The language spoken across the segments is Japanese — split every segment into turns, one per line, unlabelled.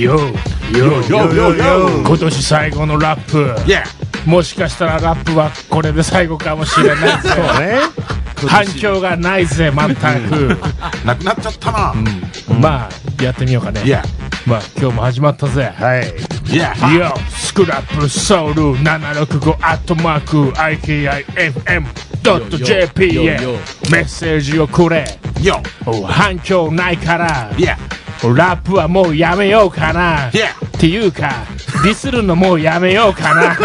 よよよよよ今年最後のラップもしかしたらラップはこれで最後かもしれないぞ反響がないぜ全く、
なくなっちゃったな。
まあやってみようかね
Yeah
まあ今日も始まったぜ
はい。
Yeah.
いやスクラップソウル765アットマーク IKIFM.jp へメッセージをくれ
Yo.
反響ないから、
Yeah.
ラップはもうやめようかな、
Yeah.
っていうかディスるのもうやめようかな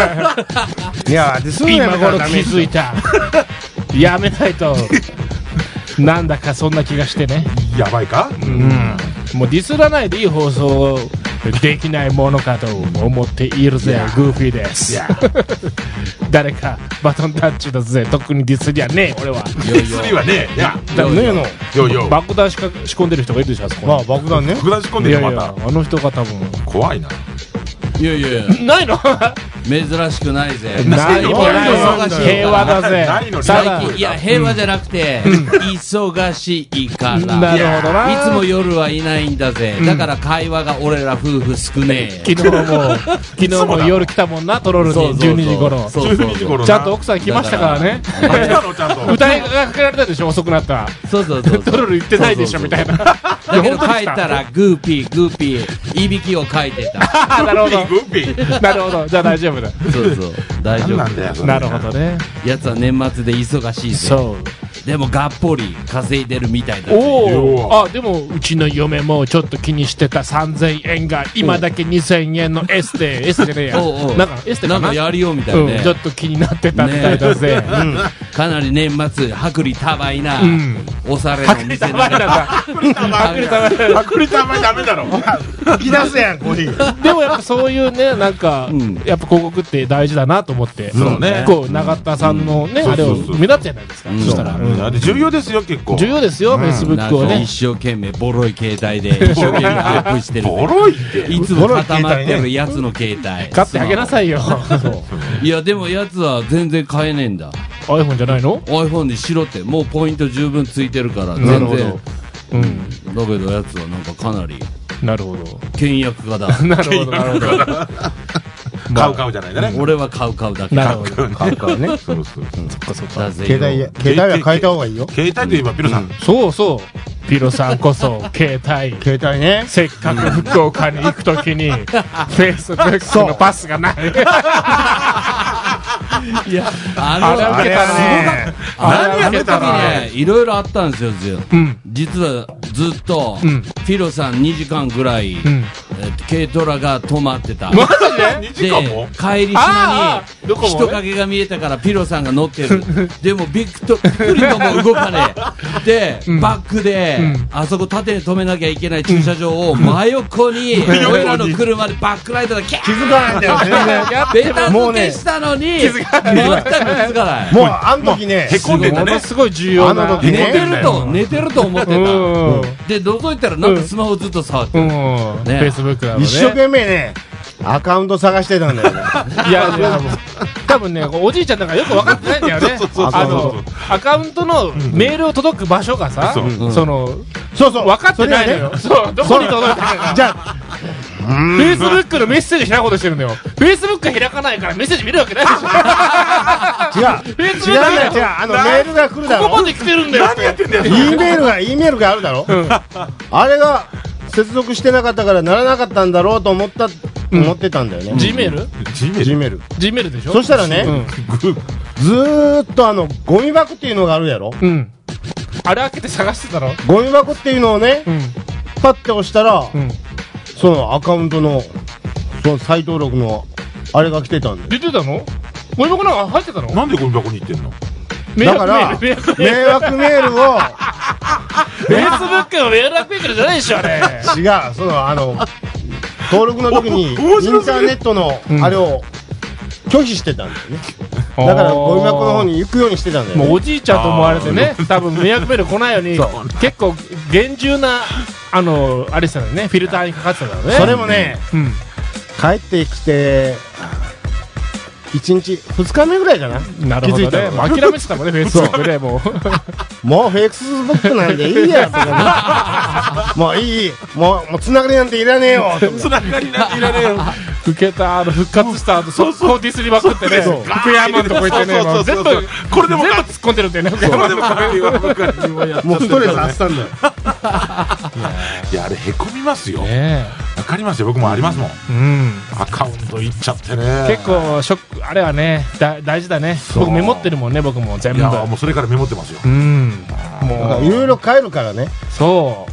いや、で、そう
今頃気づいたやめないとなんだかそんな気がしてね
やばいか
もうディスらないでいい放送をできないものかと思っているぜ、グーフィーです。誰かバトンタッチだぜ、特にディスりゃねえ、俺は。
次はね、や。
だ
ねえの。
よよ。
爆弾しか仕込んでる人がいるでしょ、あそこ
まあ、爆弾ね。
爆弾仕込ん
い
で
や
る
い
ま
や
た。、
あの人が多分。
怖いな。
いやいや
ないの
珍しくないぜ
ない
よ
のない
忙しい
の
から
平和だ
ないの
ぜ。
に
ただ
最、近いや平和じゃなくて、忙しいから
なるほど
い
な。
つも夜はいないんだぜ、だから会話が俺ら夫婦少ね
昨
え
日 も、昨日も夜来たもんな、トロールに、
そうそうそう
12時頃。
そうそう
12時頃な。
ちゃんと奥さん来ましたからね。
あ来たのちゃんと。
歌いがかけられたでしょ、遅くなったら。
そうそうそう
トロール行ってないでしょ、みたいな。
だけど
いや本当に
帰ったらグーピーグーピーいびきをかいてた
あなるほど。
グッピーグッピ
なるほど。じゃあ大丈夫だ。
そうそう大丈
ー。な
夫
んだよ、それ
なるほどね。
やつは年末で忙しいぜ
そう。
でもがっぽり稼いでるみたいだぜ
おお。あ、でも、うちの嫁もちょっと気にしてた3000円が、今だけ2000円のエステ、エステでや。
おうおう
なんか、エステ
な
か
ん
な
かやりようみたい
うん、
ね
ちょっと気になってたみたいだぜ。うん
かなり年末薄利多売な、
ん
おされ
はっ
の
きり
店
たま
な
えなんだ。
薄利多売
パクリたまにダメだろ。
吹き出すやん、コーヒー。
でもやっぱそういうね、なんか、
ん
やっぱ広告って大事だなと思って。
そうね
こう、永田さんのね、
うん
あれを
そうそうそう
目立つじゃないですか。
うん
そしたら。
あれ重要ですよ、結構。
重要ですよ、フェイスブ
な
ックを
んか
ね。
一生懸命ボロい携帯で 一生懸命アップしてる
ボロいって。
いつも固まってるやつの携帯
買ってあげなさいよ。
いやでもやつは全然買えねえんだ
iPhone じゃないの
iPhone にしろってもうポイント十分ついてるから全
なる
然
ほどうん。
だけどやつはなんかかなり
なるほど。
倹約家だ
なるほど、なるほど。
買う買うじゃないんだね。
俺は買う買うだけ
なるほど。
買うからね。
そうそう。
だぜ
携帯や、携帯は変えた方がいいよ。
携帯といえば、ピロさん。
そうそう。ピロさんこそ、携帯。
携帯ね。
せっかく福岡に行くときに、フェイスブックのパスがない。
あの
あれは
あ
受
れ
けたね。
はね、
何やってたの
ね、いろいろあったんですよ、ず実はずっと、
ん
ピロさん2時間ぐらい、
ん
えっと軽トラが止まってた。
?2 時
で
間も、
帰り
あー
島
あーどこ
に
もね
人影が見えたからピロさんが乗ってる。でもビクとピクリとも動かねえ。で、バックで、あそこ縦に止めなきゃいけない駐車場を真横に、俺らの車でバックライトでキャ
気
ー
づかないんだよ、全然。
ベタ
も
付
うね
けしたのに、全く気づかない。
もう、あの時ね、
へこんでんだ
もの
ね。
すごい重要な。
あの時
寝
ね
てると、寝てると思って
う
た。
ん。うん。フ
で、覗いたらなんかスマホずっと触ってる。
ェイスブックなのね。
一生懸命ね、アカウント探してたんだよね。
いや、でも多分ね、おじいちゃんなんかよく分かってないんだよね
そうそうそう。
あの、アカウントのメールを届く場所がさ、
うん
その、
そうそう。
分かってないのよ。
そ
そう、どこに届いてるか。
れがねじゃあ、
フェイスブックのメッセージ開こうとしてるんだよ。フェイスブック開かないからメッセージ見るわけないでしょ。こ
違う。
フェイス
違
ブ
う
ックだよ
違う。あの、メールが来るだ
こ
ろ
ま。で来てるんだよ。
何やってんだよ、
E メールが、E メールがあるだろ。あれが、接続してなかったからならなかったんだろうと思った、思ってたんだよね。
G メール
G メ
G
ル。
メール。
?G メールでしょ
そしたらね、ずーっとあの、ゴミ箱っていうのがあるやろ。
うん。うん。あれ開けて探してたの
ゴミ箱っていうのをね、
うん。
パッて押したら、
うん。
そのアカウントの、その再登録の、あれが来てたんだよ。
出てたのゴミ箱なんか入ってたの
なんでゴミ箱に行ってんの
迷
だ
惑
から、
メ
迷
ール
惑メールを、
フェイスブックの迷惑メールじゃないでしょ、あれ。
違う、その、あの、登録の時に、インタ
お面白すぎる
ーネットの、あれを、拒否してたんだよね。だから、ゴミ箱の方に行くようにしてたんだよ
もう
ね。
おじいちゃんと思われてね、多分迷惑メール来ないように、結構厳重な、あの、あれしたのね、フィルターにかかってたからね。
それもね、
うん。
帰ってきて、 1日、2日目ぐらいかな。
なるほ
気づい
ど
た
ね。
の
もう諦めてたもんね、フェイスブックでも
もうフェイクスブックなんでいいや、とかねもういい、もう、もうつながりなんていらねえよ、とか
つながりなんていらねえよ。
う。受けた、あの、復活した後、そこをディスりまくってね、
そう
福山のとこ行ってね、
そう
もう
そ
全
うそう
部、
そう
全部
これでも
突
か
っ込んでるんだよね、福
こ
山
れでもかっこいいわ僕は自分はやっちゃ
も
っ
う
て
ス
るか
トレス
ら
発散だよ。
いやあれへこみますよわ
ね
かりますよ僕もありますもん
え。うん。
アカウントいっちゃってね
結構、ショック、あれはね、だ大事だね。
う
僕メモってるもんね、僕も全
い
部。
やもうそれからメモってますよ
うん。
だ
も
から
う、
いろいろ変えるからね。
そ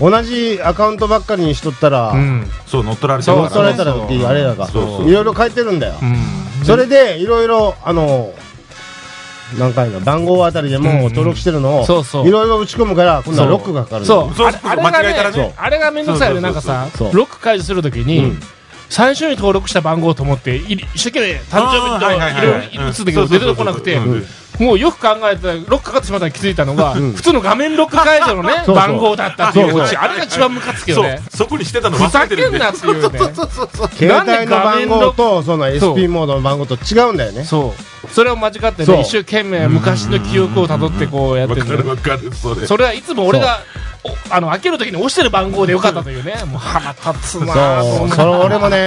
同じアカウントばっかりにしとったら、
う。うん。
そう乗っ取られて
そ
る
う
か
乗
ら
っ取られたらっていうあれだか
そうそう
ら、いろいろ変えてるんだよ
う。ん。
それで、いろいろ、あの、何回か、番号あたりでもう登録してるのを、
そうそう
いろいろ打ち込むから、今度
そ
は
う
ロックがかかるんだよ
そう。
そう
あれあれが
間違えたらね
ね、あれがめんどくさいよね。
そ
な
う
か
んそうそう
さ
そう、
ロック解除するとき
う
に
ん、
最初に登録した番号と思って、い一生懸命誕生日
あー
と
はいいはいはい
ろいろ打つんだけど出てこなくて
うんうん、
もうよく考えたら、ロックかかってしまったら気づいたのが、
ん
普通の画面ロック解除のね、
そう
番号だったっていう
そう
オチ、あれが一番ムカつくよ
そう
ね。
そこにしてたの
ふ
忘れ
ざ
て
け
るん
ん
で
なっていうね。
携帯の番号と、その
そう
SP モードの番号と違うんだよね。
そう。それを間違って
そう
ね、一生懸命昔の記憶をたどってこうやって
わか
る
る
ね。
わかるそれ
それはいつも俺が、おあの、開けるときに押してる番号でよかったというね。もう腹立つなぁと
そ
思
う、
っ
そ
て
れ俺もね、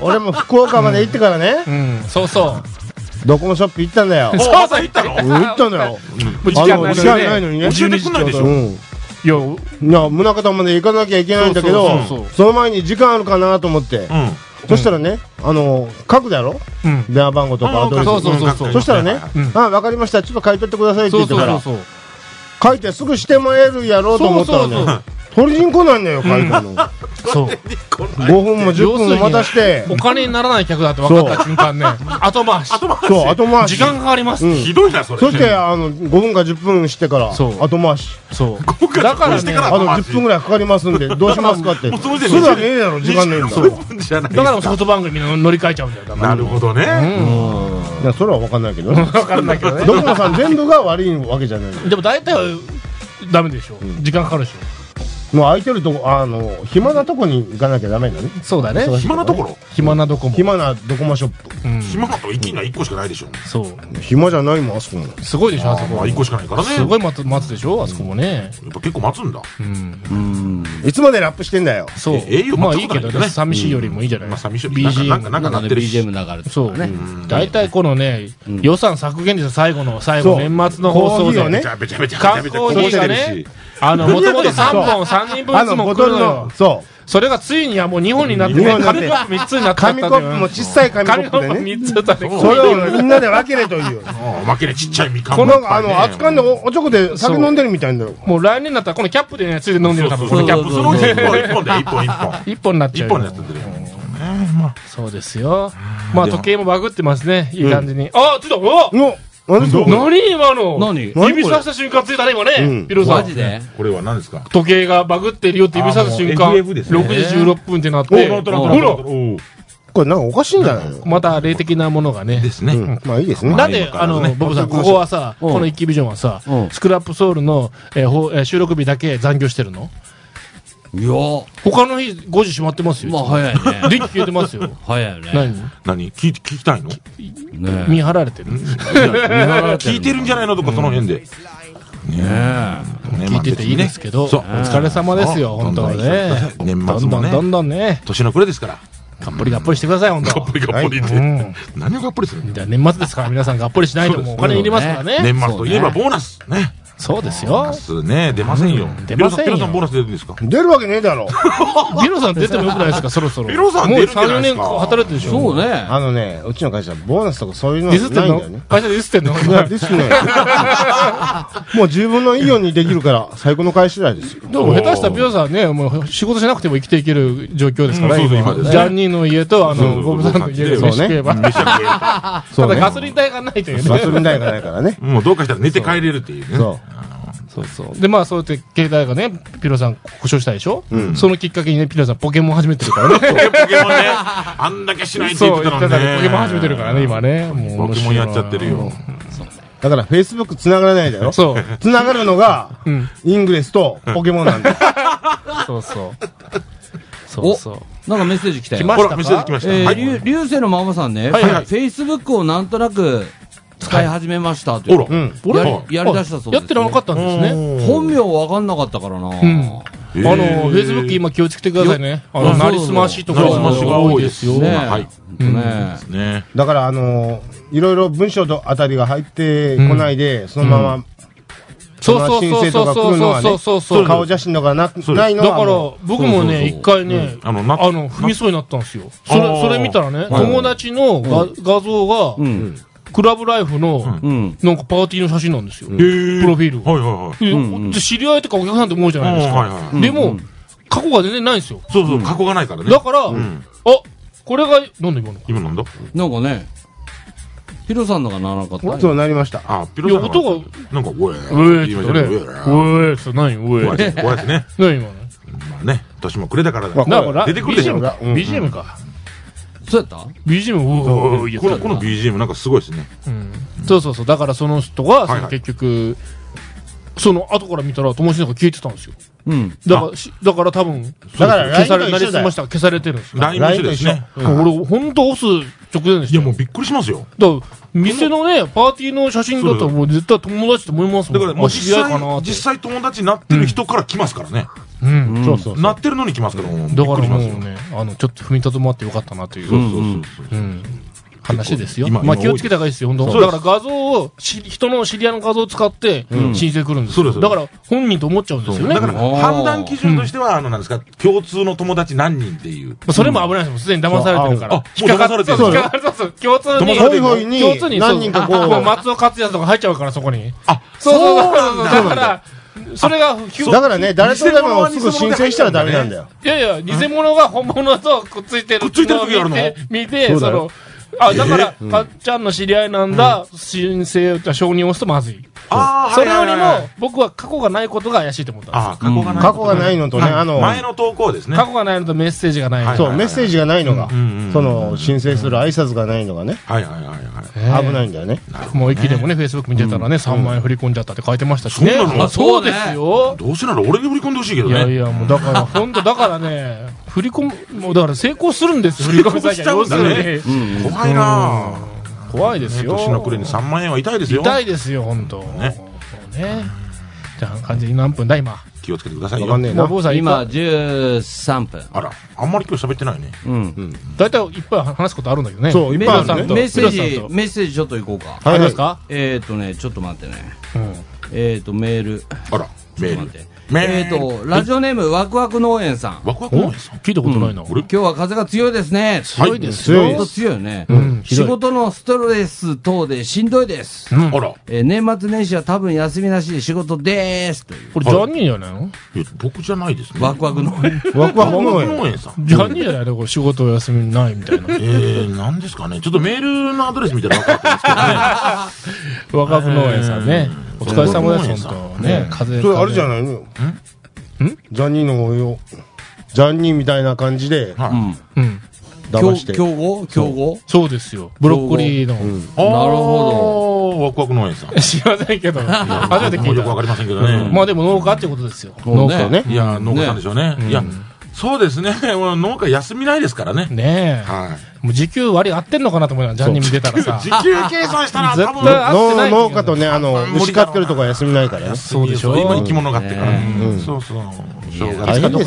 お俺も福岡まで行ってからね、
うん、そう そう。
ドコモショップ行ったんだよ。
お朝行ったの
うん行ったんだよ。
もう時
あ
間
の、
ない
時
の
間
に
ない
ね。
のにね。
教えてくんないでしょ
うん。
いや、
いや、宗像まで行かなきゃいけないんだけど、そ
そうそうそう
の前に時間あるかなと思って、
うん
そしたらね、あの、書くだろ
うん。
電話番号とかアドレス。
そうそうそうそうん
そしたらね、
うん
あ、わかりました、ちょっと書いとってくださいって
そ
言
う
って
そう
か
そ
ら、
うそう。
書いてすぐしてもらえるやろうと思ったらね、
そうそう
取りに来ないんだよ、書いたの。
そう。
5分も10分も待たして、
お金にならない客だって分かった瞬間ね、後回し。
そう、後回し。
時間かかります。
うん
ひどいなそれ
そして、あの、5分か10分してから、
そ
後
う
回し。
そう。だから
して
ね、
から
だ
あ
か
と
後回し
10分ぐらいかかりますんで、どうしますかって。
もうその時
するわけねえだろ、時間ねえんだ。
そう
だか
じゃない
らソフトバンクに乗り換えちゃうんだよ。だから
なるほどね
らそれは分かんない けどね。
分かんないけどね。
ドコモさん全部が悪いわけじゃない。
でも大体はダメでしょ。時間かかるでしょ。
もう空いてるとこ、あの、暇なとこに行かなきゃダメだね。
そうだね
忙しい
暇なところ
暇などこも。
暇なドコモショッ
うん
暇なとこ生きんのは1個しかないでしょ
そう。
プ。暇じゃないもん、あそこも。
すごいでしょ、あそ
ま
こ
あ。1個しかないからね
すごい待つ待つでしょ、あそこもね。
やっぱ結構待つんだ
うん。
いつまでラップしてんだよ。
そう
え栄養。
まあ
全
い
く
い
ない
け
けど
ど
ね
ね、寂しいよりもいいじゃない
まあ寂しい
BGM
なんかなんか
中
鳴
の
ってるし
BGM 流れて
そう
ね。
大体このね、予算削減率最後の最後、
そう
年末の放送
コーヒーを
で
ね
べ。ちゃべちゃべちゃ
観
べち
光
ゃべ
費
ちゃ
が
べちゃ
ね、あの、もともと3本、3人分
あ
いつ
の、
も
ボ
来
ト
る
ル
のよ
の、。そう。
それがついにはもう2本になってね、
二本になっ
紙
て
コップ3つになっちゃった
紙
の
コ
よ
ップも小さい紙コ
紙
ッ
コ
プで
ップ
ね。
3つだね。
それをみんなで分けれという。
おまけでちっちゃいみかん
こ
もいっ
の、
ぱ
あ
いね
の、熱燗でおおちょこで酒飲んでるみたいなの。
もう来年になったらこのキャップでね、ついで飲んでる
そう
多
そ
分
うそ
この
のキ
キ
ャ
ャ
ップそ
ッ
の
プ
うち1本1本で1本1本
1本になっちゃう
1本
よ
でやってんだよねまあ
そうですよ。まあ
でも
時計もバグってますね、いい感じに。あ、ちょっと、
の、何ですか
お何今の
何
指さした瞬間ついたね、今
うん
ね。ピロさ
マ
ん
ジ。で
これは何ですか
時計がバグってるよって指さした瞬間、
あもう FF
6
で
時
すね
16分ってなって、ほ
おお
ら、
お
これなんかおかしいんじゃないの
また霊的なものがね
で。すね
うんまあいいですね。
なんで、
まあ
あ
今からね
の、ボブさん、ここはさ、
うん
この一気ビジョンはさ
う、ん
スクラップソウルのえーほえー収録日だけ残業してるの
いやー
他の日5時閉まってますよ。
まあ早いね。
電気消えてます よ。
早いよね。
何
何聞い聞きたいの
ね
見張られてる
聞いてるんじゃないのとかその辺で
ね
聞
聞いてていいですけど、
そ
お
う
疲れ様ですよ、
う
本
ん
当は
どんどん行って
ね
くださ。い年
ど
末
ん
も
どんどんど
ね
んね、
年の暮れですから
がっぽりがっぽりしてください、本
がっぽ
当。
りがっぽりって
うん
何をがっぽりするの
じゃあ年末ですから、皆さんがっぽりしないともうお金入れますからね。
年末といえばボーナスね
そうです よ。
そうね出ませんよ
出ませんよ
ピロさピロさんボーナス出るんですか
出るわけねえだろ。
ビロさん出てもよくないですか、そろそろ。
ビロさん出るんじゃないですか
もう3年働いてるでしょ。
そう。ね。
あのね、うちの会社、ボーナスとかそういうの
ディスってん
ないんだよ
の
ね。
会社でディスってん の
いやですね。 もう十分のいいようにできるから、最高の会社ですよ。
でも下手したらビロさんね、もう仕事しなくても生きていける状況ですから、
うんそうそう今ですね
ジャンニーの家と、あ
そうそ
の、
う
ゴブさんの家で
そう
飯食えば。
めちゃくちゃ
ただ
ね
ガソリン代がないという
バス
ね。
みたいがないからね。
もうどうかしたら寝て帰れるっていうね
そ
そうそう。で、まあ、そうやって携帯がね、ピロさん故障したでしょそのきっかけにね、ピロさんポケモン始めてるからね。
ポケモンねあんだけしないって言
そ
っ
う、
て
言
た
って
のに
た
ね
ね。ポケモン始めてるからね、今ね。もう
ポケモンやっちゃってる。よ
う。だから、フェイスブック繋がらないだよ。
そう。
繋がるのが、イングレスとポケモンなんだよ。
そうそう。そうそう。
なんかメッセージ来たよ
来ま
ほ
した
ら、見せてきました。
え
は
ー、
い
りゅ流星のママさんね、
はいはい
フェイスブックをなんとなく使い始めましたという
ほら、
ん
ほら
やりやりだしたそうですね
やってなかったんですね。
本名わかんなかったからな、
ん
ね
あの、フェイスブック今気をつけてくださいね。あ
あ
の、
そうそ
な
う
りすましとか
なりすましが多いですよ
多
え、
はい
ねえ
ね。
だから、あのーいろいろ文章とあたりが入ってこないで、そのまま、
そうそうそうそうそうそうそうそう。
顔写真とかな
う
ないの
だ
は
から
も、
僕もね、
そうそうそう
一回ね、あ
うんあ
の、
のな
踏みそうになったんですよ。そ
あ
れ、
ー
それ見たらね、
はい
友達のが画像が
う、ん
クラブライフの、
うん
なんかパーティーの写真なんですよ。
へ
で
ー
プロフィール
はいはいはい。
おで知り合いとかお客さんって思うじゃないです
うんはい
か
は。
でも、過去が全然ないんですよ。
そうそう、過去がないからね
だ。から、あ
ん、
これが、なんで今の
今なんだ
なんかねヒロさんのがならなかった
そうなりました。
あ、ピロさん
いや音が、
なんか、おえ、
うえ
言い
ー
ま
っと
した
ね。
ね
うえーっと、何うえー
お
っと。
えですね、おえですね。
何今の
まあね、年も暮れだからだ。
まあ
だ
こ
から、
出てくるでしょ
BGM か。
うん
BGM か。
そうやった
BGM、うおー、やった
の、この BGM なんかすごいですね。
うんそうそうそう。だからその人が、そ
はい
の
はい
結局、その後から見たら友達なんか消えてたんですよ。
うん
だからし、だから多分、
だから
消さ
LINE
れ、な
と一緒だよ
りすましたが消されてるんですよ。
LINE も一緒ですね。
俺、ほんと押す直前でし
い
たよ。
や、もうびっくりしますよ。
だから、店のね、パーティーの写真だったらもう絶対友達と思いますも
だ
ん。
から、もう
あ知り
実
合いかな
際、
って
実。際友達になってる人から来ますからね。
うん。
そうそうそう。
なってるのに来ますから、もうびっ
だか
くり
ら
し
もう
ますよ。
ね、あの、ちょっと踏みとどまってよかったなという。
そうそうそうそう。
うん話ですよ。
今
まあ
今
気をつけた方がいいですよ、本
そ
当
う
だ
です
から画像をし、人の知り合いの画像を使って申請来るんですよ。
そうです
だから本人と思っちゃうんですよね。
だから、
うん
判断基準としては、あの、なんですか、共通の友達何人っていう。
まあそれも危ないですもん。すでに騙されてるから。
あもう騙されてる
そう引っかかるそうそう。共通に。
騙され
ホ
て
イ
る
ホイに
共通にそう
何人かこ
あもう
う、
松尾克也とか入っちゃうから、そこに。
あ、
そうそうそう。だから、それが、ひゅ
だからね、誰とでもすぐ申請したらダメなんだよ。
いやいや、偽物が本物とくっついてる
くっついてる時あるの
見て、見て、
そう
そ
だ
の
よ、
あ、だから、かっちゃんの知り合いなんだ、申請、承認を押すとまずい。
あー
それより
はいはいはいは
も
い、
僕は過去がないことが怪しいと思ったんです
あー、過去がない。
過去がないのとね、あの、
前の投稿ですね。
過去がないのとメッセージがないの
はい
と。
そう、メッセージがないのが
んうん、
その、申請する挨拶がないのがね、
はいはいはいはい。
えー
危ないんだよね。
もう一気でもね、Facebook 見てたらね、3万円振り込んじゃったって書いてましたし
そうな
ね。
の
あそうですよ。
どうせなら俺に振り込んでほしいけど
いやい
ね。
や、もうだから、本当だからね、振り込む、もうだから成功するんですよ、振り込み詐欺は。
成功しちゃうんだね
要するに
怖いなぁ。
怖いですよ。
年の暮れに3万円は痛いですよ。
痛いですよ、本当。
ね
そうね。じゃあ、感じに何分だ、今。
気をつけてください
わ
よ。
かんねえ
もう
な。
坊さん、
今
今、
13分
あら、あんまり今日喋ってないね。
うん
大体いっぱい話すことあるんだけどね。
そう、いっ
メ
ぱいあ
ッ
るね。
セージ
ヒロさんと
メッセージちょっといこうか
あり
はいは
ま
い
すか
えっ、ー、とねちょっと待ってね
うん。
えっ、ー、とメール
あら、メ
ちょっと
ー
待っ
ル
て。
メ
えっ、
ール。
ー、とラジオネームワクワク農園さん
ワクワク
お
ないです
聞いたことないな。
俺
今日は風が強いですね
強いです
強
本
い
よ
当。強いよね、
んひど
仕
い
事のストレス等でしんどいです、
あら、
えー年末年始は多分休みなしで仕事でーすという
これ、ジャニーじゃないの
いや僕じゃないですね。
ワクワクの
ワクワ
ワ
ク
クワク
農園。
農園さん。
ジャニーじゃないのこれ、仕事お休みないみたいな。
えー、なんですかね。ちょっとメールのアドレスみたいなの分かったんですけどね。
若く農園さんね。お疲れ様です、
若く農
本当。ね、風邪
それあれじゃ
ん。
ないのよ。ジャニーの応用。ジャニーみたいな感じで
はい
うん。
騙して。
競合競合
そうですよ。ブロッコリーの。
あー
なる
ワクワク農園さん。
知らないけど、初めて聞
もう
い
よくわ
た。
かりませんけどね。
まあでも農家ってことですよ。
もう
農家ね
いや、農家さんでしょうね。いや、そうですね。もう農家休みないですからね。
ねえ。
はい。
もう時給割り合ってんのかなと思うな、ジャニー見てたらさ
時。給計算したら多
絶対
分。
合ってな
農
いよ
農家とね、あの、牛飼ってるとこは休みないからよ。
そうでしょ
今生き物があってから。
ね
うんそうそう。
いつかドカ
正月
大変ですよ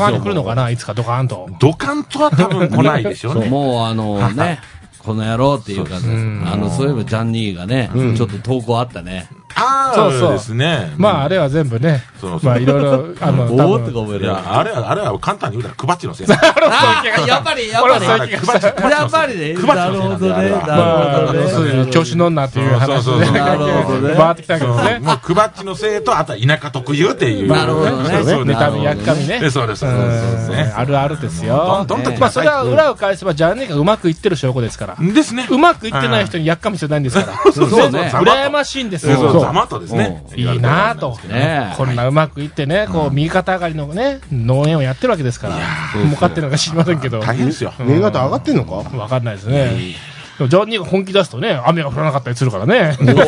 ーンに来るのかな、いつかドカーンと。
ドカンとは多分来ないでしょうね。
もうあのね、この野郎っていう感じです。あの、そういえばジャンニーがね、ちょっと投稿あったね。
ああ、
そうそう
ですね。
まあ、あれは全部ね
そう、そう
まあ、いろいろ、あ
お
の、
お
多
ーって
分
覚え
い
る。
や、あれは、あれは簡単に言うたら、クバッチのせいなんだ。
あーやっぱり、やっ
俺
ぱ
は
り。
最近
クバッチのせい
やっぱりね。
クバッ
な
チ
る
のせいな
ほ
んだ
どね。
あれは
な
まあ、
るほど
要す
ね。
るに調子乗んなっていう話
そう
で
そうそう
ね、
なるほどね
回ってきたけど
そう
ね。
もうクバッチのせいと、あとは田舎特有っていう。
なるほどね
そうそう
妬み、やっかみね。
えそうです、そうですそうです
うん
ね。
あるあるですよ。
どんどんと来
まあ、
な
そ
さい
れは裏を返せば、ジャニーがうまくいってる証拠ですから。
ですね。
うまくいってない人にやっかみしてないんです から。
そうそ
全
うね
然羨ましいんです
そうそう、ざ
よ。
まっとですね。
いいなぁと。
ねえ
こんなうまくいってね、こう、右肩上がりのね、農園をやってるわけですから。儲かってるのか知りませんけど。
大変ですよ。
新潟上がってんのか
わかんないですね。でもジョニーが本気出すとね、雨が降らなかったりするからね。
そうなの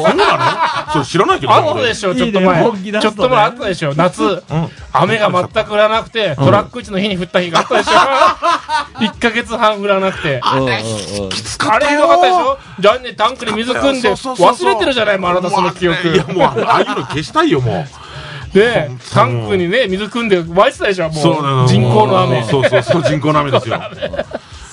そう知らないけど
あったでしょ、ちょっと前。
いいね本気出すとね
ちょっと前あったでしょ、夏。雨が全く降らなくて、トラック位置の日に降った日があったでしょ。1ヶ月半降らなくて。
きつか
あ
っ
れ
た
ひ
よ
どかったでしょジョニータンクに水汲んで、
そうそうそう
忘
そう
れてるじゃないもうあなたその記憶。
いやもうあのああいうの消したいよもう
で、タンクにね、水汲んで湧いてたでしょ、もう。
そうなの
人工の雨。
そうそうそう人工の雨ですよ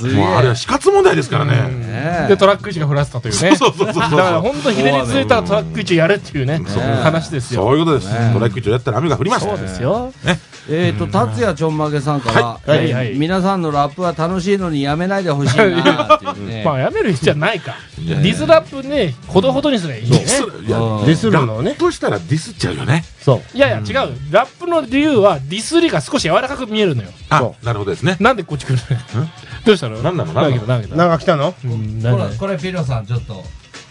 す
もうあれは死活問題ですからね
ね
で、トラック位置が降らせたというね。
そうそうそうそう
だから本当ひねりついたトラック位置やるっていうね、話ですよ。
そういうことですトラック一応やったら雨が降りまし
そ
た
うですよ。
えーと、達也ちょんまげさんから、
はいはい
えー
はい
皆さんのラップは楽しいのにやめないでほしいなっていう ね。
まあ、やめる人じゃないか。ディスラップね、ほどほどにすればいいね。
そういや
うん
ディスる
ラ
のをね
ッ。プしたらディスっちゃうよね
そう。
いやいや、違う。ラップの理由は、ディスりが少し柔らかく見えるのよ。
あ
そ
なるほどですね
なんでこっち来るのどうしたの
なんなの
なんだけど、なんだけど。
なんか来たの
うんな
ほ
んだ
ら、これピロさん、ちょっと、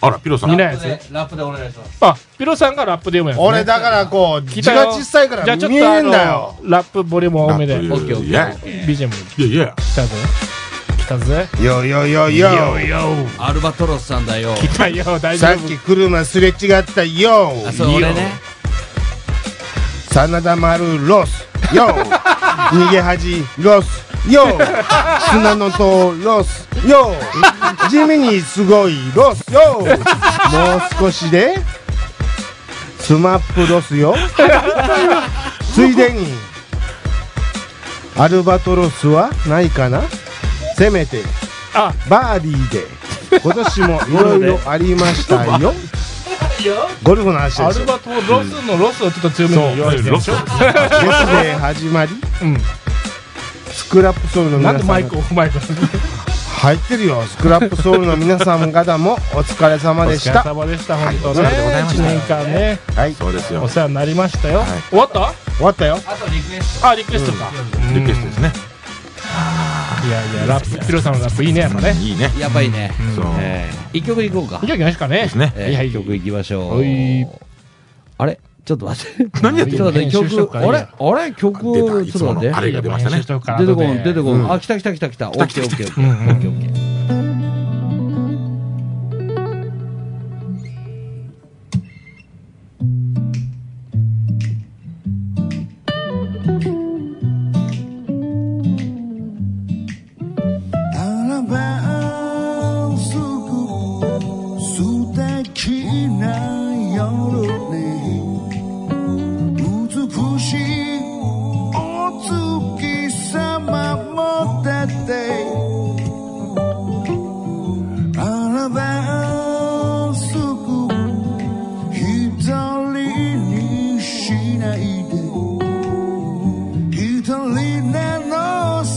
あらピロさ
見
ん
ない
ラップ
や
でラップでお願いします。
あ、ピロさんがラップで読むや
俺だからこう、
つね。
字が小さいから
じゃあちょっ
見
と
え
あ
ん
の
だよ。
ラップボリューム多めで。
オッケーオッケー
いや
BGM
いやいや
来たぜ。来たぜ。
よよよよ。
アルバトロスさんだよ。
来たよ、大丈
さ
夫
っ。き車すれ違ったよ。
あ、それ俺ね。
真田丸ロス よ逃げ恥ロスよ砂の塔ロスよ地味にすごいロスよもう少しでスマップロス よついでにアルバトロスはないかなせめて
あ
バーディーで今年もいろいろ ありましたよゴルフの話
ア
です
ル
よ
バトロスのロスをちょっと強めに言われてる
ロ
で
ス
しょ。
ロスで始まり、
うん
スクラップソウルの
な
皆
んで
さん
マイクオフマイクお
入ってるよスクラップソウルの皆さん方もお疲れ様でし
疲れ
た
様でした、本当
お
ね。
疲れでございま
1
した
年間ね、
はい終
そうですよ
お
リ
世話になりましたよ
い。
終わった
わったよ
あとリクエス
あ、リクエストか。
クエストですね
いやいや、ラップ、ピロさんのラップいいね、やっぱね。
いいね
ト。やっぱりね。
そう
えー一曲いこうか
い。いじゃないですかね
で。すね
え
はいは
ー
い
一曲いきましょ
は
う
い。
あれちょっと待って。
何やってん
ちょ
の
っと待って、
編集しと
曲
く、か
あれあれ
出た
曲、
い
ちょっ
つ
と
も
待って
のあ。れが出ましたね
出てこん、出てこん。あ、来た来た来た来た。オッ
来
ケ
た来
ーオッ
た
ケーオッ
う
ケー。
んう
オ
ん
ッケーオッケー。
Alaban suku Sudaki na yoru ni Utsukushi Otsuki sama motete Alaban suku Hitori ni shinai de Hitori na no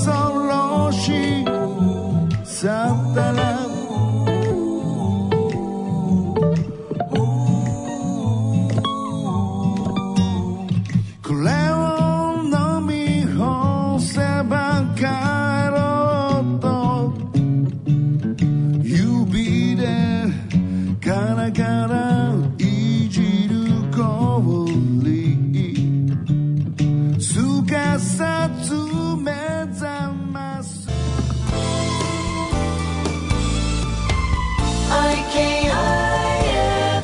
soroshi サンタラこれを飲み干せば帰ろうと指でカラカラいじる氷すかさず目覚ます
IKIFM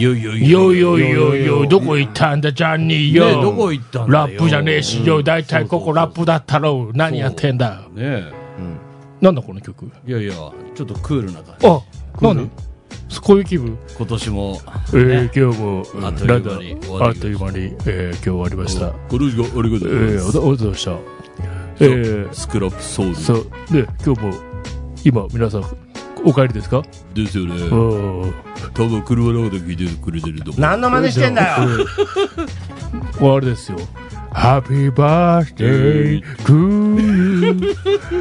よいよい
よいよいよいよ、どこ行ったんだ、ジャンニーよ。
ねどこ行ったんだよ
ラップじゃねえしよ、だいたいここラップだったろう。何やってんだ。
ね
なんだ、この曲。
え。いやいや、ちょっとクールな感じ。
あ、なんでこういう気分
今年も。
えー、今日も、うん
あっと
ないん
う
だ
間に終わ
あ
り
っという間に、えー、今日終わりました。
これがあれが
えー、おどおどうした。えー、
スクラップソウル
そう、で、今日も、今、皆さん、お帰りですか
ですよ
う
ね。
ん。
多分車の中で聞いてくれてると思
何の真似してんだよ
終わりですよ。Happy birthday to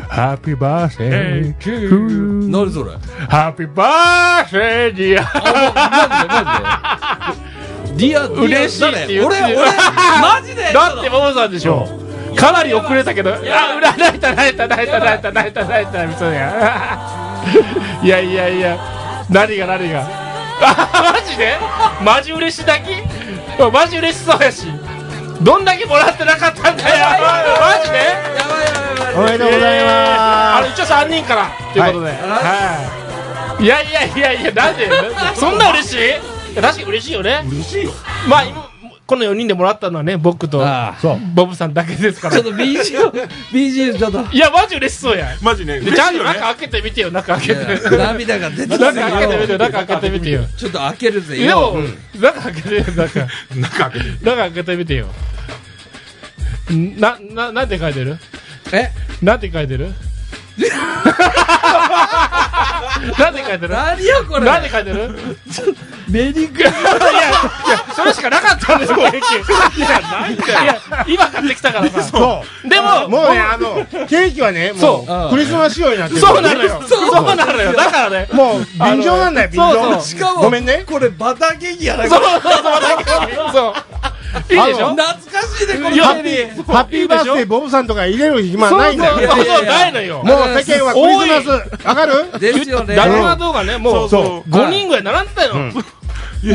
you.Happy birthday to you.
何それ
Happy birthday, dear.
マジでマジでディア、ディア
嬉しいって言って
誰俺、俺、マジで
だって、モモさんでしょ。かなり遅れたけど、いや、裏泣いた、泣いた、泣いた、泣いた、泣いた、泣いた、みたいな。いやいやいや、何が何が。あマジでマジ嬉しだけマジ嬉しそうやし。どんだけもらってなかったんだよ。マジで
やばいやばいやばい
おめでとうございます
あの一応三人からということで、はい。いやいやいやいや、なんで、そんな嬉しい。いや確かに嬉しいよね。嬉しいよ。まあ、今この四人でもらったのはね、僕と
ああ
ボブさんだけですから
ちょっ。と BGM、BGM ちょっと。
いや、マジ嬉しそうやん。
マジね、
で
嬉
ちゃ
し
ん
い
と
よね
中。開けてみてよ、中開けて。
涙が出てき
中
た
開けてみてよ、中開けてみてよ。
ちょっと開けるぜ
で
よ
も、中開けて、中、
中開けて。
中開けてみてよ。な、な、なんて書いてる
え
なんて書いて るなんて書いてる
何よこれ
なんて書いてる
メリークリスマ
いや、いや、それしかなかったんですよ、ケーキ。いや、ないんだよ。今買ってきたからさ。
そう
でも、
もうねあのケーキはねも
そう
うクリスマス仕様になってる
そうなのよ。そうなのよ。だからね。
もう便乗なんだよ便
そう
乗
そう
しかも
ごめんね
これバターケーキやな
そ
こ
うそうそう。そう。いいでしょ
れ懐かしいねこ
いや
のメリー
そう
ハッピーバースデーボブさんとか入れる暇ないんだよ
そうそうそう、ないのよ。
もう世間はクリスマスわかる
ですよね
ダメな動画ね、もう、
そう
5人ぐらい並んでたよ。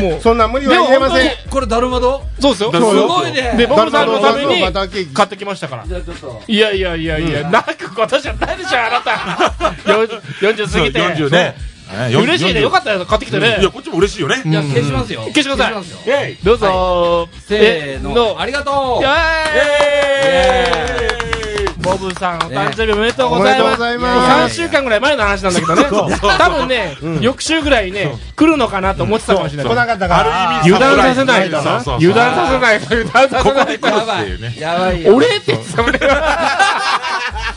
もう、
そんな無理は入れません
で
これだるまど
そうですよ。
そう
す
よ
ごいね
で、ボブさんのために
バターケーキ
買ってきましたから。
じゃあちょっと
いやいやいやいや、泣くことじゃないでしょ、あなた。よ40過ぎて。
40ね。はい40
嬉しいね、よかったよ、買ってきてね
いや、。こっちも嬉しいよね。
いや消しますよ
消してください
ますよ
イェイ
どうぞ。
せーの
の
ありがとう
イ
イェイ
ェーイボブさん、お誕生日おめでとうござい
おめでとう
ま
ご
す。
ざい
もう
ま
3
す
週間ぐらい前の話なんだけどね。多分ね、翌週ぐらいね、来るのかなと思ってたかもしれ
来
ない。
なかったから
ある意味
油断させない
そうそうそう
油断させない油断させない
やば
っていうね
いやばいよ
俺って言ってた俺は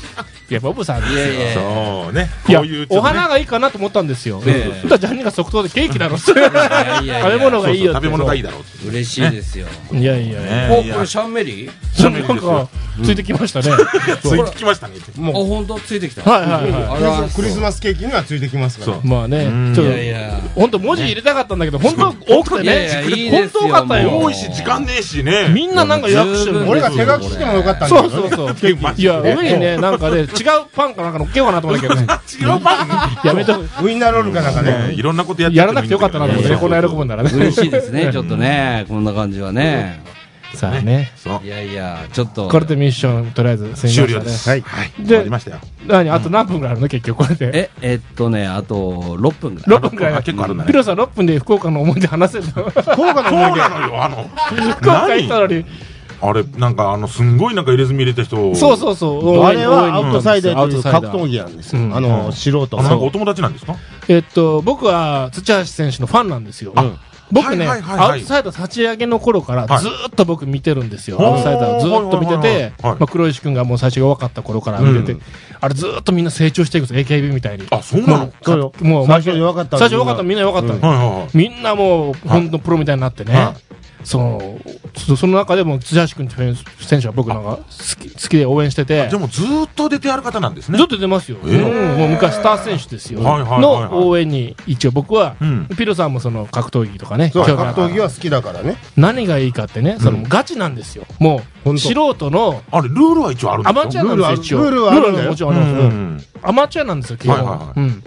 いやボブさんです
い
よ
やいや
そうね。
いや
こういう、ちょ
お
っとね
花がいいかなと思ったんですよ。そ
え
したらジャンニが即答でケーキだろって。食
やいや
べ物がいいよ
そうそ
って。
う食べ物がいいだろうっ
嬉しいですよ
いやいやいや。
て
おこ
ね。い
れ
や
シャンメリー
それなんか、ついてきましたね。は
ついてきましたね。
あ本当ついてきた
いはいは
あ
クリス
ら
クリスマスケーキにはついてきますから
い。まあね、ちょっ
いやい
と、
や
本当文字入れたかったんだけど、本当多くて
いやいやい
ね。
いで
本
すよ
当多かったよ。
もう
多いし、時間ねえしね。
みんななんか予約してるの。
俺が手書きしてもよかったんだ
そ
け
う
ど
そ
ね
うそう。いや、上にね、なんかね、違うパンかなんか乗っけようかなと思ったけどね。
違うパン
やめと、
ウインナーロールかなんかね
ねいろんなことやって
やらなくてよかったなと思ってね、こんな喜ぶん
だ
ならね。
嬉しいですねちょっとねこんな感じはね
さあね。
そう
い。やいやちょっと
これでミッション、とりあえず、
終了です。
は。
はいい。はい。
で
終わりましたよ。
何あと何分ぐらいあるの結局、これで。
ええっとねあと六分ぐらい
6分ぐらい
あ結構あるんだ
ピ
ね。
ロさん6分で福岡の思い出話せるの福
高価な
そう
思い出
なのよ、あの。
岡行ったのに
あれ、なんか、あの、すんごいなんか入れ墨入れた人。
そうそうそう
あれはアウトサイダーという格闘
技
技なんです
うん
よ。あの、素人
あなんかお
の。
友達なんですか
えっと僕は土橋選手のファンなんですよ
あ
僕ね、
はいはいはい
ア
はい
ウトサイダー立ち上げの頃から
はい
ずーっと僕見てるんですよ、
ほう
アウトサイダーをずーっと見て
はいはいはいは
て
い、
まあ、黒石君がもう最初が若かった頃から見てて、
うん
あれずーっとみんな成長していくんです AKB みたいに
あ、そうなの
そうよ。
もう
最初弱かった。
最初若かったみんな弱かったの、
はいはいはい。
みんなもう、本当プロみたいになってね、
は
そのそその中でも、土橋君という選手は僕なんか好き好きで応援してて、
じ
ず
ゃあもうずーっと出てある方なんですね
っ。と出ますよ、
えー
うんもう昔、スター選手ですよ、
はいはいはいはい
の応援に一応僕は、
うん
ピロさんもその格闘技とかね、
そう、
興味ある
格闘技は好きだからね。
何がいいかってね、そのガチなんですよ、もう
本当
素人の
あれ、ルールは一応あるん
ア
です
マチ
よ
ュアなんですよ、一応、
ルールはあるんだよ
もちろんあるんですけど、
うん
アマチュアなんですよ、基本、
はいはいは
う
い
ん、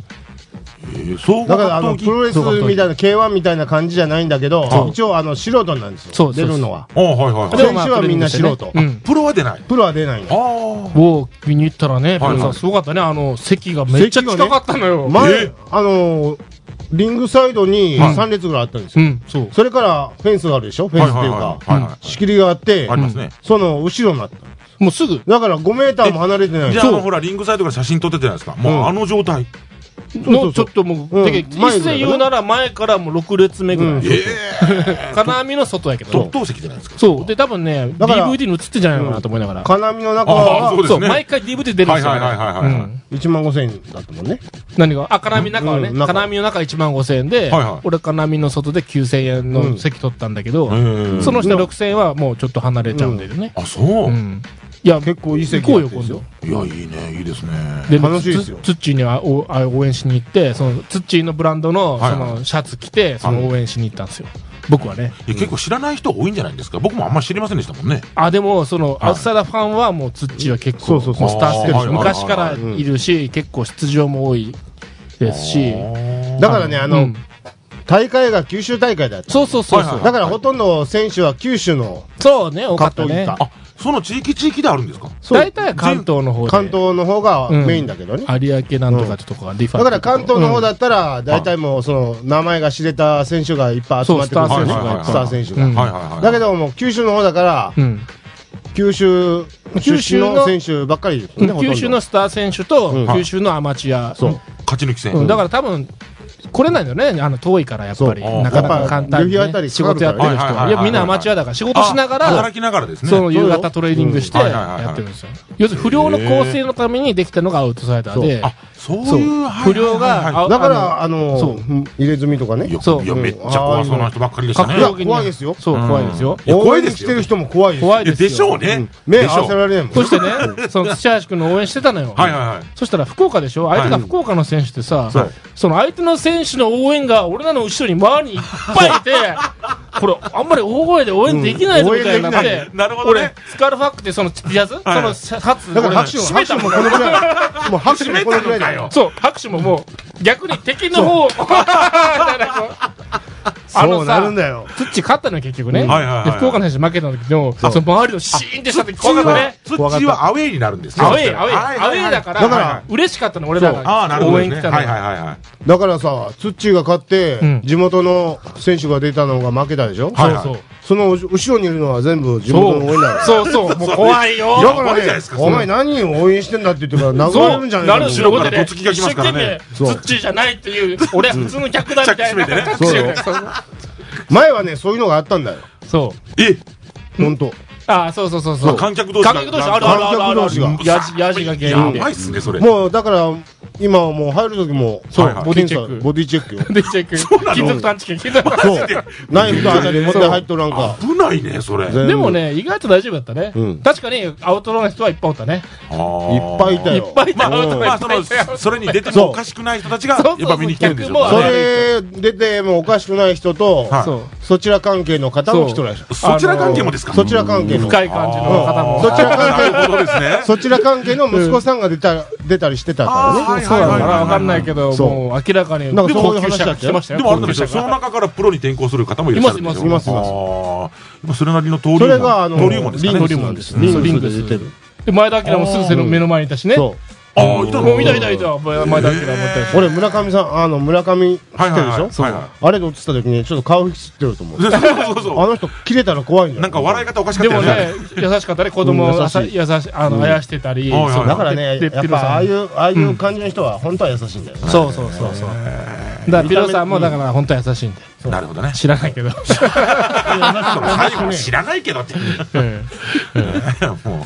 えー総合
だから、あの、
格闘
プ
技
ロレスみたいな、K1 みたいな感じじゃないんだけ
そ
ど
う、
一応、あの、素人なんです
そうそう
よ。
そ
出
う
るのは。
あはいはいはい。
でもまあ
選手はみんな素人
うん
プロは出ない。
プロは出ないんだ。
あ
を見に行ったらね、ピ
はい
ロさん、すごかったね、あの席がめっちゃ近かったのよ、
前
え、
あの、リングサイドに
はい
3列ぐらいあったんです
う
よ。
ん、そう。
それから、フェンスがあるでしょフ
あ。
ェ
はい
ン
はい
スっていう
は
か
い。はいは
仕切りがあって
い。あ、りますね。
その後ろになった。
もうすぐ、
だから5メーターも離れてない
じ
で
ゃあ、
す
あのほら、リングサイドから写真撮ってたじゃないですか。もう、
うん
あの状態。
のちょっともう、
うん
てけ
前ぐらい
一斉言うなら前からもう6列目ぐら
う
い、
ん
ええ。
金網の外やけ
特
ど、
等席じゃないですか。
そう、で、多分ね、
だから
DVD に映ってんじゃないのかなと思いながら、
金網の中
あそうで
は
す
そう、
ね
毎回 DVD 出るんですよ、
はいはいはいはいはい
あれうん
1万5000円だったもんね。
何が、あ、金網の中はね、
うん中
金網の中1万5000円で、
はいはい
俺、金網の外で9000円の席取ったんだけど、
ええ
その下6000円はもうちょっと離れちゃうんだよね。
あ、そう
う。んいや、
結構いい席
行こうよ、
だった
今
ですよ
度。
いや、いいね。いいですね。
で
楽しいですよ
ツツッチーにはおあ応援しに行って、そのツッチーのブランドの
はい
そ
はい
のシャツ着て、その応援しに行ったんですよ、僕はね。
いや結構知らない人多いんじゃないですか。僕もあんまり知りませんでしたもんね。
あでも、その
はい
アウトサイダーファンはもうツッチーは結
そ
構、
うそうそう
もスター
あ
選
ー
手、昔からいるし、結構出場も多いですし、
だからね、あ
う
の
ん、
大会が九州大会だった。
そうそうそうそう、
はいはい
だからほとんど選手は九州の
そうね、多かった
格闘技
ね
か。。
あ、その地域地域であるんですか
そう
大体は関東の方で。
関東の方がメインだけどね。
有明なんとかってとこがリファ
だから関東の方だ
っ
ったら、大体もう、その、名前が知れた選手がいっぱい集まってくるんですよね
そう
スター選手
う
が
ん。
はいはいはい。
だけどもう、九州の方だから、
うん。
九州、
九
九
州
州
の
の選手ばっかりですよね、ほとんど
九州のスター選手と、
うん
九州のアマチュア。
そう。
勝ち抜き戦。
うんだから多分、来れないのね、あの、遠いからやっぱり。
そう
なかなか簡単に、
やっぱり漁業あた
ね。
り
仕事やってる人
かかるから
は。
ね
いや、みんなアマチュアだから仕事しなが
あ
ら
働、きながらですね。
その夕方トレーニングして
うんはいはいはいはい
やってるんですよ。要するに不良の構成のためにできたのがアウトサイダーで、
あ、そういう、
不良が、
あ
あ
だから、あの
そう
うん入れ墨とかね。
いや
そう
いや、めっちゃ怖そうな人ばっかりでしたね。
あ
い
の
や、
表現に
怖いですよ。
そう、怖いですよ。
いや
応
怖い
援
です
に来
よ
てる人も怖いですよ。
怖い
いや
ですよ。
でしょうね。
目
でし
合
ょ
わ
う
せられんもん。
そしてね、その土橋君の応援してたのよ。
はいはいはい。
そしたら福岡でしょ相手が福岡の選手ってさ、
そう
その相手の選手の応援が俺らの後ろに周りにいっぱ いいて、これあんまり大声で応援できないぞ
うん
みたいになっ
応援
て
で、
なるほど
俺
ね。、
スカルファックでその T シャツ、
はい
そのシャツ、
だから
俺
拍手
閉めた
も、拍手も
も
こ
ん。
のくらい。もう拍手
閉
も
め
こ
た
のくら
の
いだ
か
よ。
よ。
そう、拍手ももう、逆に敵の方を、 あ
そ
の
うなる
さ
ん、だよ。
ツッチ勝ったのよ結局ね。
んはいはいはいはい
で福岡の選手負けた時の、その周りのシーンってした時
土
怖かったね。
怖かった
はアウェイになるんですね
アウェイ、アウェイ、
はい
ア
は
ウ
い
ェ
は
イ
い
だから、
だから
嬉しかったの、俺ら
ああ、
が
なるほ
応
どね。
援来たの
はいは
よ。
いはいはい。
だからさ、ツッチーが勝って、
うん
地元の選手が出たのが負けたでしょ、
はい
そうそう。
その後ろにいるのは全部地元の応援だよ。
そうそう、もう怖いよ。
だか
怖い
ら
じゃない
ね
ですか、それ
お前何を応援してんだって言ってから殴られ
そ
る
う、
んじゃ
な
ない
る
か
し、
後ろから
で
突撃が来ますからね
一生懸命、ツッチーじゃないっていう、俺は普通の客だみたいな。
チャッ
キ閉めてね
そうよ
前はね、そういうのがあったんだよ。
そう。
え、
本当。
ああ、そうそうそう。そ
まあ
う
観客同士が
観客同士、あるあるあるある。
観客同
士が
やじ、やじが原
や
因で。
ばいっすね、それ。
もうだから、今はもう入る時も、
そうはいはい
ボディチェ
ボディチェッ
ッ
ク
ク。ボディチェッ ク
で、
よ。
チェック。金属探知機。金属探知機
そう。ナイフとあたり持って入っとらんか。
危ないね、それ。
全 部
でも、ね、意外と大丈夫だったね
うん。
確かに、アウトローの人はいっぱいおったね。
あ
いっ
ー
ぱいいたよ。
いっぱいいた
まあ、
アウトロ
ま
ーい
あ、
っ
そ
ぱいいたよ
の、それに出て
そう
もおかしくない人たちが、や
そうそう
っ
そう
ぱ見に来てるんでしょう
客も
か
そ
らね。
れ出てもおかしくない人と、
はい
そ
そちら関係の方も来とらっしゃる
う。
そちら関係もですか
そちら関係の。
深い感じの方も。
そちら関係
なるほどですね。
そちら関係の息子さんが出た、出たりしてたからね。
あーはい
そう
はい
なのかな
はいはい
わかんないけど、
そう
もう明らかに、
なんかそう
高
いう
級
話
車
だ
が
っ
来
け
ましたよ。
でもあれなんで
高
し
級
ょ
車
う、そ
が
の中からプロに転向する方もいらっしゃるんでしょ
います
いますい
あーそれなりの登
そ
竜
れ
門。
が、あの、
登竜門ですかね。
登竜門です
リングス
リングス
で出てる。
で前田明もすぐその目の前にいたしね。
そ
ああ、いたの
もう見た見た見た、前田明もいた
う。
し。
俺、村上さん、あの、村上来
はい
て
はい
るで
は
し
い。
ょ
はいは
あれで映った時に、ちょっと顔引きつってると思う
い。。そうそう
あ
そ
の人、切れたら怖いん
う。
だ
なんか笑い方おかしかっ
で
たよ
も
ね
ね。、優しかったね、子供
うん
を
優
あ
しい
さ優し、あの、あやしてたり。
はいはい
そう
だからね、
でで
や
ピ
っ
ロ
ぱ、あ
さ
あ
ん
い。う、ああいう感じの人は、本当は優しいんだよ。
そうそうそうそう。だからピロさんもだから本当は優しいんで。
なるほどね。
知らないけど。
最後知らないけどって。
うん
も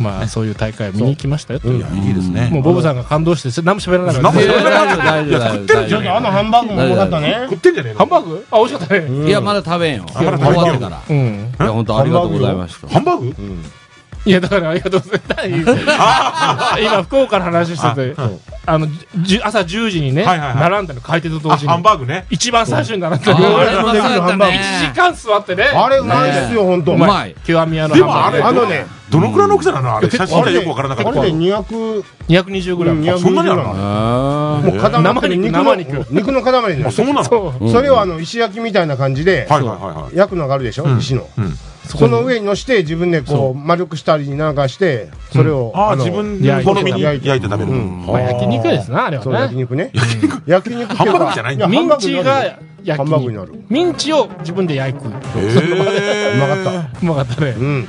う
まあそういう大会を見に行きましたよ。
いや、いいですね。
もうボブさんが感動して何も喋らなかっ
何も
た。
喋らなかっ
大丈夫、大丈夫、大
ち
丈
ょっとあのハンバーグもうまかったね。
食ってんじゃねえの
ハンバーグあ、美味しかったね。
夫。いや、まだ食べんよ。終
まだ食べんよ
わってから。
うん。
いや、本当ありがとうございました。
ハンバーグ
いや、だからありがとうございます。今、福岡の話してて、あの、じゅ朝10時にね、
はいはいはい
並んだの、開店と同
あ、
時
ハン
に。
バーグね。
一番最初に並んだの。
あー
1
あれうまそうやったね。
時間座ってね。
あれ、うまいですよ、本当。
うまい。
極み屋の
でもあれ、
あのね、
どのくらいの大きさなのあれ、写真
あ
で
れ
よくわからなかった
あ。れで200、
220グラム。
220
そんなにあるの
グラム
あ
もう塊
生肉
肉
生
の
肉
肉の塊にな
あ、
る
そうなのはい
そう。
うん
それをあの石焼きみたいな感じで
はいはいはい。
焼くのがあるでしょ、石の、
うん
その上に乗して自分でこう丸くしたりなんかしてそれを、
ああ、
の
自分の好みに焼いて食べる。
うん
まあ焼肉ですな、あれ
そう
は
焼
ね。
肉ね焼肉っていうか
ハンバーグじゃないんだ
や
ミ
ハン
ン
バーグ
チ
になるよ
が焼
ハンバーグになる
き。ミンチを自分で焼く。
へ
うまかった
うまかったね
う。ん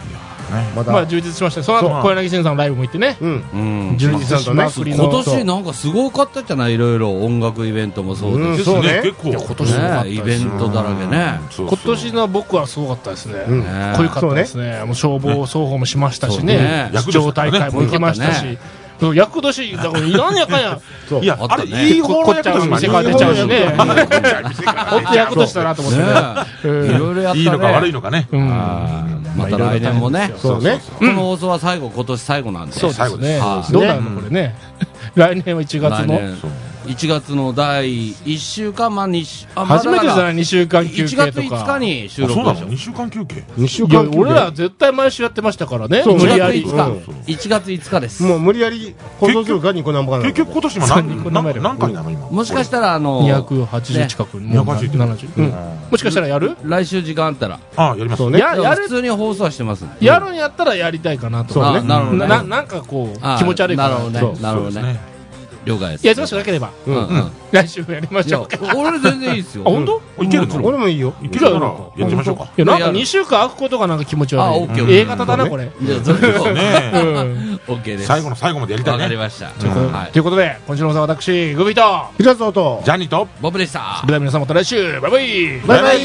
まだ、
まあ充実しました。その後、小柳慎さんのライブも行ってね。
うん
うん。
充実しまくりの。
今年なんかすごかったじゃないいろいろ音楽イベントもそう
う
で
ん
す
です
そう
ね、結
ね
構。今
年
ねイベントだらけね
今年の僕はすごかったですね、
うん
ね
濃いかったですね、もう消防双方もしましたし
そう
ね
ね、
市長大会も行きました
そう
し、そう役年、だからいらんやかんや、
いや、あれ、いい方の
こっちゃ
役
んの店
立ち
が
も
出ちゃうしね、
ほ
本当役年だなと思ってね、うん
ねいろいろやった
い
ね
いのか悪いのかね。
うん
あーまた来年もね
そうね
この放送は最後今年最後なんで
そうです
最後で
ね
す
は、い
どうなるの、これね、来年は1月
来
の
年1月の第1週間、まあ、2週、あ
初めてじゃないい2週間休
1
憩
月
と
5
か
日に収
あそう
録
な
でし
の
ょ。
2週間休憩
2週
いや
間
俺ら絶対毎週やってましたからね
そう
無理や
1
り
月
うん
5日。1月5日です。
もう無理やり放送するからニコ生かな
結局今年も
三人こ
何
の前で
何何回なの今
もしかしたら、あの、
280近く、もう
280
70、うんもしかしたらやる
来週時間あったら、
ああやります
そうね
や
でも
や
普
る
通に放送はしてますんで
やるんやったらやりたいかなと
そうね
あなるほどね
ななんかこう
あ
気持ち悪いか
な
ら
るほどね
そう
なるほどね
ね
了解です
やってほしくなければ
うんうんい
来週やりまし
や
ょうか
俺全然いいですよ
あ本当
いけるの
俺もいいよ
いけるならやってみましょうか
いやなんか
やる
2週間空くことがなんか気持ち
あ
悪
オ
い
ッケーオッケー
A 型だなこれ
じゃあそれで
うん
ね
オッケー
え
です
最後の最後までやりた
わか
い
り
ね
ました
うん
はい
ということで今週のさ私グビと
平沢と
ジャニーと
ボブでした
それでは皆さんまた来週バイバイ
バイバイ
イ